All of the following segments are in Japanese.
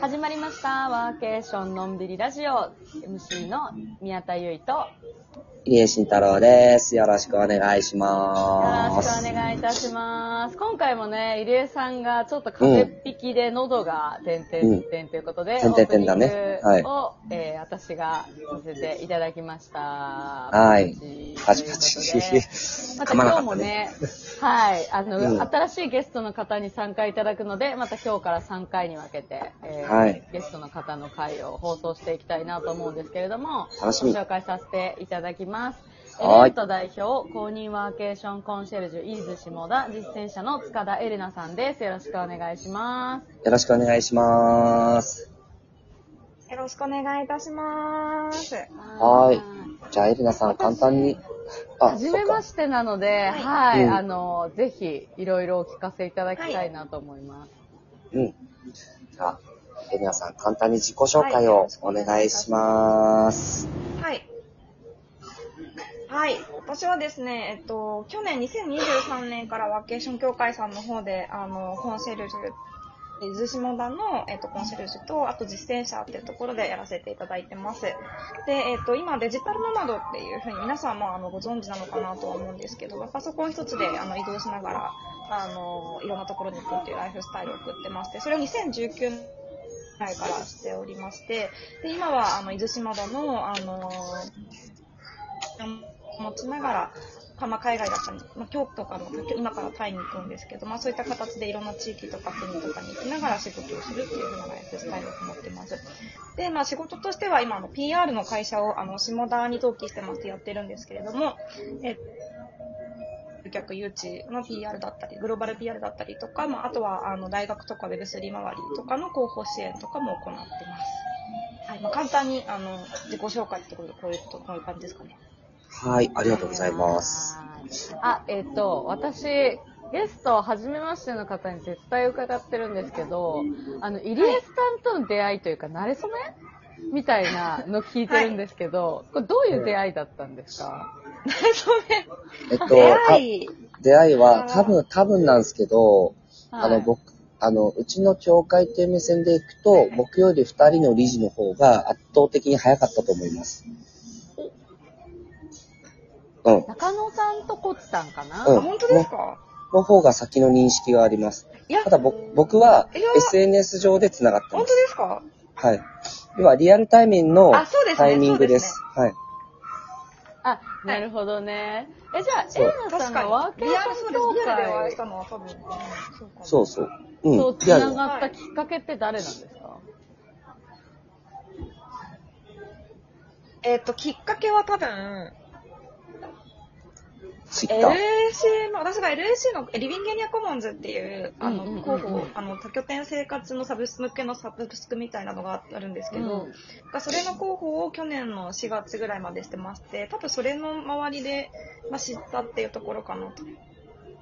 始まりました。ワーケーションのんびりラジオ。MC の宮田優衣と、よ入江慎太郎です。よろしくお願いしろましす。くお願いいたします。今回もね、入江さんがちょっと風邪っ引きで喉が点々点ということで、うんオープニング点々点だねを、えー私がさせていただきました。はいパパチチパパチチということで。また噛まな今か日っもたねね、はい、あの、うん新しいゲストの方に参加いただくので、また今日から3回に分けて、えーはいゲストの方の回を放送していきたいなと思うんですけれども、楽しみご紹介させていただきます。はエいレント代表、公認ワーケーションコンシェルジュ、イーズ下田、実践者の塚田エレナさんです。よろしくお願いします。よろしくお願いします。よろしくお願いいたします。はーい。じゃあ、エリナさん、簡単に。あ、初そめっまか。してなので、はい、うんあの、ぜひ、いろいろお聞かせいただきたいなと思います。うん。じゃあ、エリナさん、簡単に自己紹介をお願いします。はい。はい。私はですね、えっと、去年2023年からワーケーション協会さんの方で、あの、コンシェルジュ、伊豆下田の、えっと、コンシェルジュと、あと実践者っていうところでやらせていただいてます。で、えっと、今デジタルノマドっていうふうに皆さんもあのご存知なのかなとは思うんですけど、パソコン一つであの移動しながら、あの、いろんなところに行くっていうライフスタイルを送ってまして、それを2019年前からしておりまして、で、今は、あの、伊豆島田の、あの持ちながら、かまあ、海外だったり、まあ、京都とかの、今からタイに行くんですけど、まあ、そういった形でいろんな地域とか国とかに行きながら仕事をするっていうふうなライフスタイルを持ってます。で、まあ、仕事としては今、あの、PR の会社を、あの、下田に登記してましてやってるんですけれども、え顧客誘致の PR だったり、グローバル PR だったりとか、まあ、あとは、あの、大学とか Web3 周りとかの広報支援とかも行ってます。はい。まあ、簡単に、あの、自己紹介ってことで、こういうこと、こういう感じですかね。はい、ありがとうございます。あ、えっ、と、私、ゲスト、初めましての方に絶対伺ってるんですけど、あの、入江さんとの出会いというか、慣れ初めみたいなの聞いてるんですけど、これどういう出会いだったんですか、えっと、出た会い。出会いは、多分、多分なんですけど、あはの、い僕、あの、うちの協会っていう目線でいくと、僕より二人の理事の方が圧倒的に早かったと思います。うん。中野さんとこっちさんかな、うあ、ん本当ですかの方が先の認識があります。いや、ただ本僕僕はいや SNS 上で繋がって当ま。ですすかはい。要はリアルタイミングのあそうですねタイミングです。はい。あ、なるほどね。え、じゃそうあ、エレナさ確んかがに。ワーケーシリアルョンそうで協す。リアルでお会い会したのは多分、うんそうかもそうそう。うん。とリア繋ルがったきっかけって誰なんですか、えっ、と、きっかけは多分、ツイッター。 LAC の、私が LAC のリビンゲニアコモンズっていう、あの、うんうんうんうん広報、あの、多拠点生活のサブスク向けのサブスクみたいなのがあるんですけど、がそれの広報を去年の4月ぐらいまでしてまして、多分それの周りで、まあ、知ったっていうところかなと。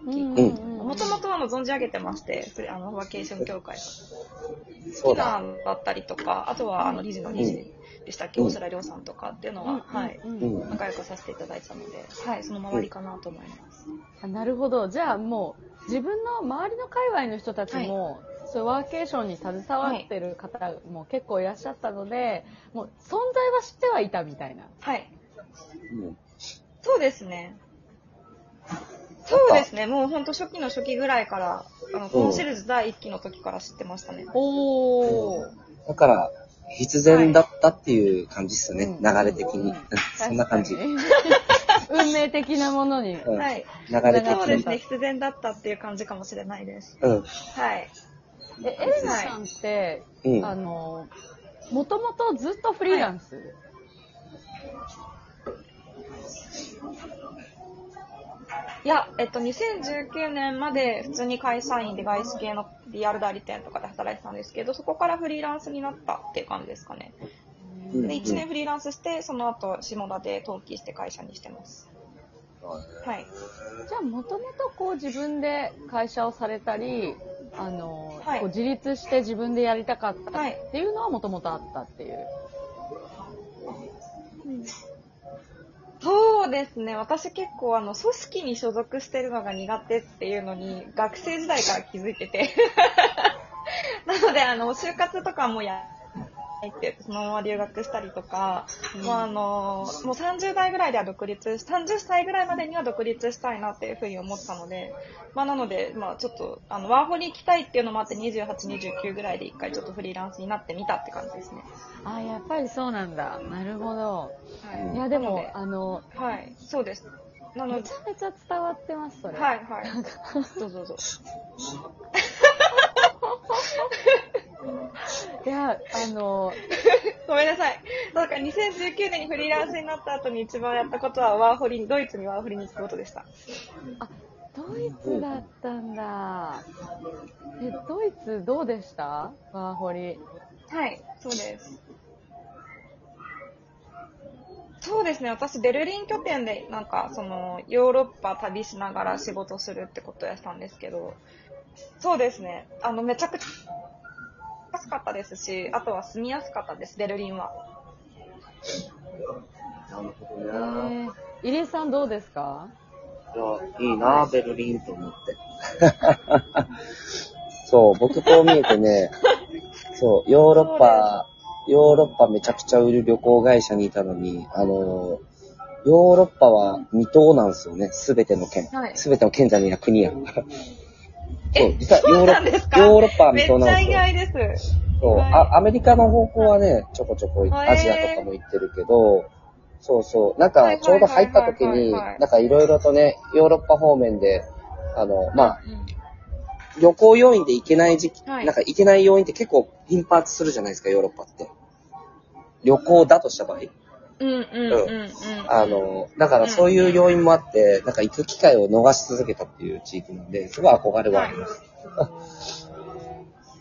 もともとあの、存じ上げてまして、それあの、ワーケーション協会そ好うきだ。なんだったりとか、あとはあの、理事の理事でしたっけ、うん大空亮さんとかっていうのは、はい、うんうんううんん。仲良くさせていただいてたので、はい、その周りかなと思います。あなるほど。じゃあもう、自分の周りの界隈の人たちも、そういうワーケーションに携わってる方も結構いらっしゃったので、もう存在は知ってはいたみたいな。はい。うんそうですね。そうですね。もうほんと初期の初期ぐらいから、あの、コンシェルジュ第1期の時から知ってましたね。おー。だから、必然だったっていう感じっすよね。うん流れ的に。ううんんそんな感じ。う確んかに 運命的なものに。流はれい。的うんそうでにす。ね。必然だったっていう感じかもしれないです。うん。はい。え、エレナさんって、うん。あの、もともとずっとフリーランス、いや、えっと、2019年まで普通に会社員で外資系の PR 代理店とかで働いてたんですけど、そこからフリーランスになったっていう感じですかね。うんで、1年フリーランスして、その後、下田で登記して会社にしてます。はい。じゃあ、もともとこう自分で会社をされたり、あの、はいこう自立して自分でやりたかったはいっていうのはもともとあったっていう。そうですね。私結構あの、組織に所属して るのが苦手っていうのに、学生時代から気づいてて。なので、あの、就活とかもや入って、そのまま留学したりとか、うんもうあの、もう30代ぐらいでは独立し、30歳ぐらいまでには独立したいなっていうふうに思ったので、まあなので、まあちょっと、あの、ワーホリ行きたいっていうのもあって、28、29ぐらいで一回ちょっとフリーランスになってみたって感じですね。あ、やっぱりそうなんだ。なるほど。はいいや、でも、なあの、のではい、そうです。なのめでち、ゃめちゃ伝わってます、それ。はいはい。どうぞどうぞ。いや、あの、 ごめんなさい。だから2019年にフリーランスになった後に一番やったことはワーホリに、ドイツにワーホリに行くことでした。ドイツだったんだ。え、ドイツどうでしたワーホリ。はい、そうです。そうですね、私、ベルリン拠点で、なんか、その、ヨーロッパ旅しながら仕事するってことをやってたんですけど、そうですね、あの、めちゃくちゃ安かったですし、あとは住みやすかったです、ベルリンは。なるほえどね。ー、入江さんどうですかいや、いいな、ベルリンと思って。 そう、僕こう見えてね、そう、ヨーロッパ、ヨーロッパめちゃくちゃ売る旅行会社にいたのに、あの、ヨーロッパは未踏なんですよね、すべての県は。いすべ、ての県じゃねえや、国や。そう、実はそヨうーロなんですッかパ、ヨーロッパはめ未踏っちなんゃです意よ。外です。そう、あアメリカの方向はね、ちょこちょこへーアジアとかも行ってるけど、そうそう、なんかちょうど入った時はいはいはいに、はいはいなんかいろいろとね、ヨーロッパ方面で、あの、まあ、うん旅行要員で行けない時期、はいなんか行けない要因って結構頻発するじゃないですか、ヨーロッパって。旅行だとした場合。うんうんうんうん。あの、だからそういう要因もあって、なんか行く機会を逃し続けたっていう地域なんで、すごい憧れはあります。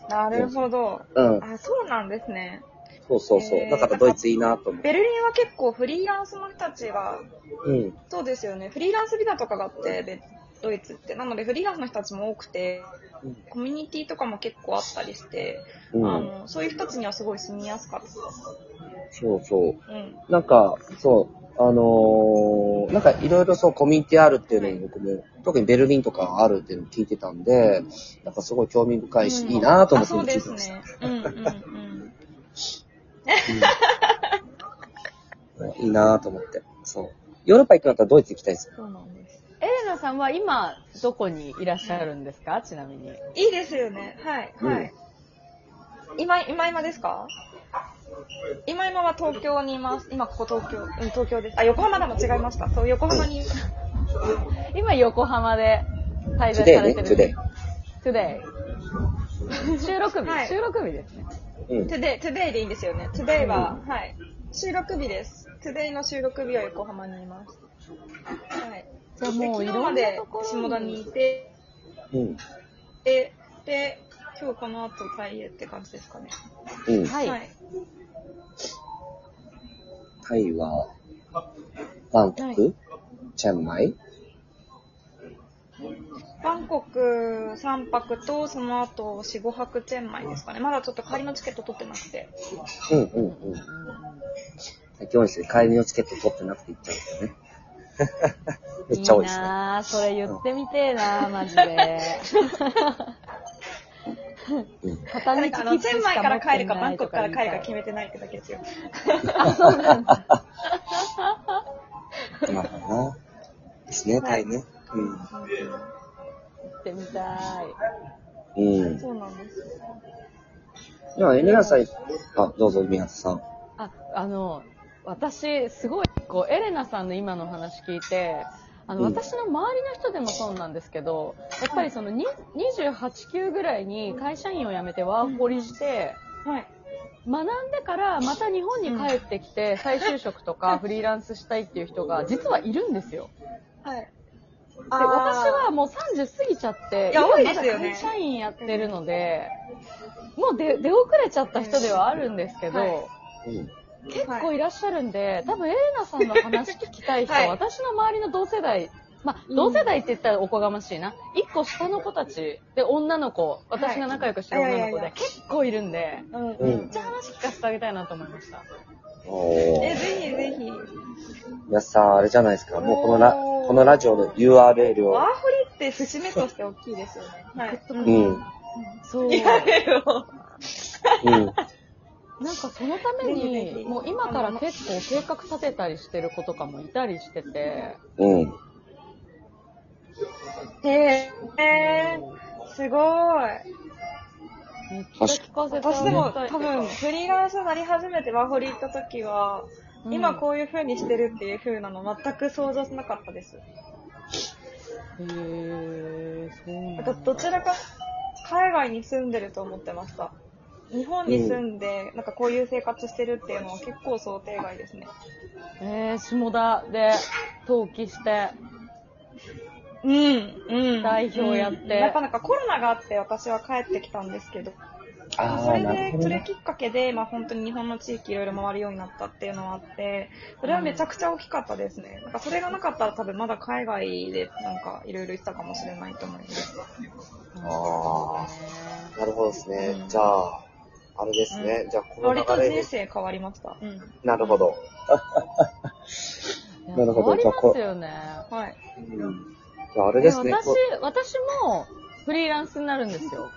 なるほど。うん、あ、そうなんですね。そうそうそへう。ーだからドイツいいなと思って。ベルリンは結構フリーランスの人たちがうん。そうですよね。フリーランスビザとかがあって、でドイツって。なので、フリーランスの人たちも多くて、コミュニティとかも結構あったりして、うあん。のそういう人たちにはすごい住みやすかったです。そうそう。うん。なんか、そう、あのーなんかいろいろそうコミュニティあるっていうのに僕も、特にベルリンとかあるっていうのを聞いてたんで、なんかすごい興味深いし、うんいいなぁと思あ、ってそう聞でいてすました。ね。うんうんうん。うんいいなぁと思って。そう。ヨーロッパ行くんだったらドイツ行きたいですよ。そうなんです。エレナさんは今、どこにいらっしゃるんですかちなみに。いいですよね。はい。はい。今、今今ですか今今は東京にいます。今ここ東京。うん、東京です。あ、横浜だも違いました。そう、横浜に。今、横浜で滞在さトゥデれイてね、る。トゥデイ。 Today。収録日、 はい収録日ですね。うん。 today, today でいいんですよね。today は、はい。収録日です。today の収録日は横浜にいます。はい。じゃあもうでい昨日ろまんなでところ下田にいて、うん。で、で、今日この後タイへって感じですかね。うん。はい。はい。タイは、バンコはク、チェンマイ、バンコク3泊と、その後4、5泊チェンマイですかね。まだちょっと仮のチケット取ってなくて。うんうんうん。今日にして帰りのチケット取ってなくて行っちゃうんだよね。めっちゃ多いですいね。なぁ、それ言ってみてえなぁ、マジで。うん片道誰かあの、切チ符ェンしマイかか持らって帰るか、バなンいコとクから言いたい帰るか決めてないってだけですよ。なるほどな。ですね、タイね。行ってみたい。うん。うん。そうなんですよ。では、エレナさん、あ、どうぞ、宮田さん。あ、あの、私、すごい、こう、エレナさんの今の話聞いて、あの、うん私の周りの人でもそうなんですけど、やっぱりその、に28級ぐらいに会社員を辞めてワーホリして、はい。学んでからまた日本に帰ってきて、再就職とかフリーランスしたいっていう人が実はいるんですよ。はい。で、私はもう30過ぎちゃって、いや今多いですよねまだ会社員やってるので、もう出出遅れちゃった人ではあるんですけど、はいうん。結はい構いらっしゃるんで、多分エレナさんの話聞きたい人、はい私の周りの同世代、まあ、同世代って言ったらおこがましいな。一個下の子たちで女の子、私が仲良くしてる女の子はいいやいやいやで結構いるんで、うんううんめんっちゃ。話聞かせてあげたいなと思いました。おえ、ー。ぜひぜひ。宮田さん、あれじゃないですか。もうこのラ、おーこのラジオの URL をワー。ホリって節目として大きいですよね。はい。うん。そう。 URL を。うん。なんかそのためぜひぜに、ひもう今から結構計画立てたりしてる子とかもいたりしてて、うん。へえー、すごい。めっちゃ聞かせて私あでげもたい多分、フリーランスになり始めてワーホリ行った時は、うん今こういう風にしてるっていう風なの全く想像しなかったです。へえー、そうななんんかだ。どちらか海外に住んでると思ってました。日本に住んで、なんかこういう生活してるっていうのは結構想定外ですね。えー、下田で登記して、うん、うん。代表やってうんやっぱなんかコロナがあって私は帰ってきたんですけど、あそあ、れなるでほ、どそれね。きっかけで、まあ本当に日本の地域いろいろ回るようになったっていうのはあって、それはめちゃくちゃ大きかったですね。なんかそれがなかったら多分まだ海外でなんかいろいろ行ってたかもしれないと思います。あなるほどですね。うんじゃあ、あれですね。じゃあ、この割と流れで人。生変わりました。うん。なるほど。いやなるほど変わりますよね。はい。じゃあ、あれですいねや。私こ、私もフリーランスになるんですよ。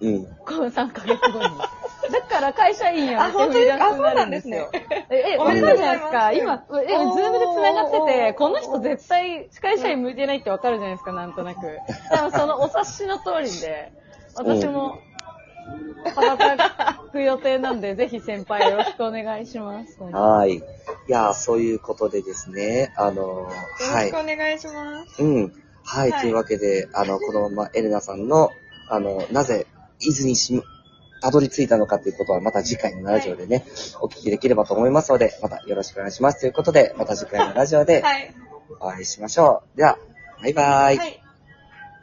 うん。この3ヶ月後に。 だから会社員やあめて本当フでリすーランスになるんですよ。え、え、わかるじゃないですか。おめでとうござい今、え、ズームで繋がっておーて、この人絶対司会者に向いてないってわかるじゃないですか、なんとなく。多分そのお察しの通りで、私も働く予定なんで、ぜひ先輩よろしくお願いします。はーい。いやー、そういうことでですね、あのーよろはしいく。お願いします。うん。はい、はいというわけで、あの、このままエレナさんの、あの、なぜ、伊豆にしむ、たどり着いたのかということは、また次回のラジオでね、お聞きできればと思いますので、またよろしくお願いします。ということで、また次回のラジオではい。お会いしましょう。では、バイバイ。はい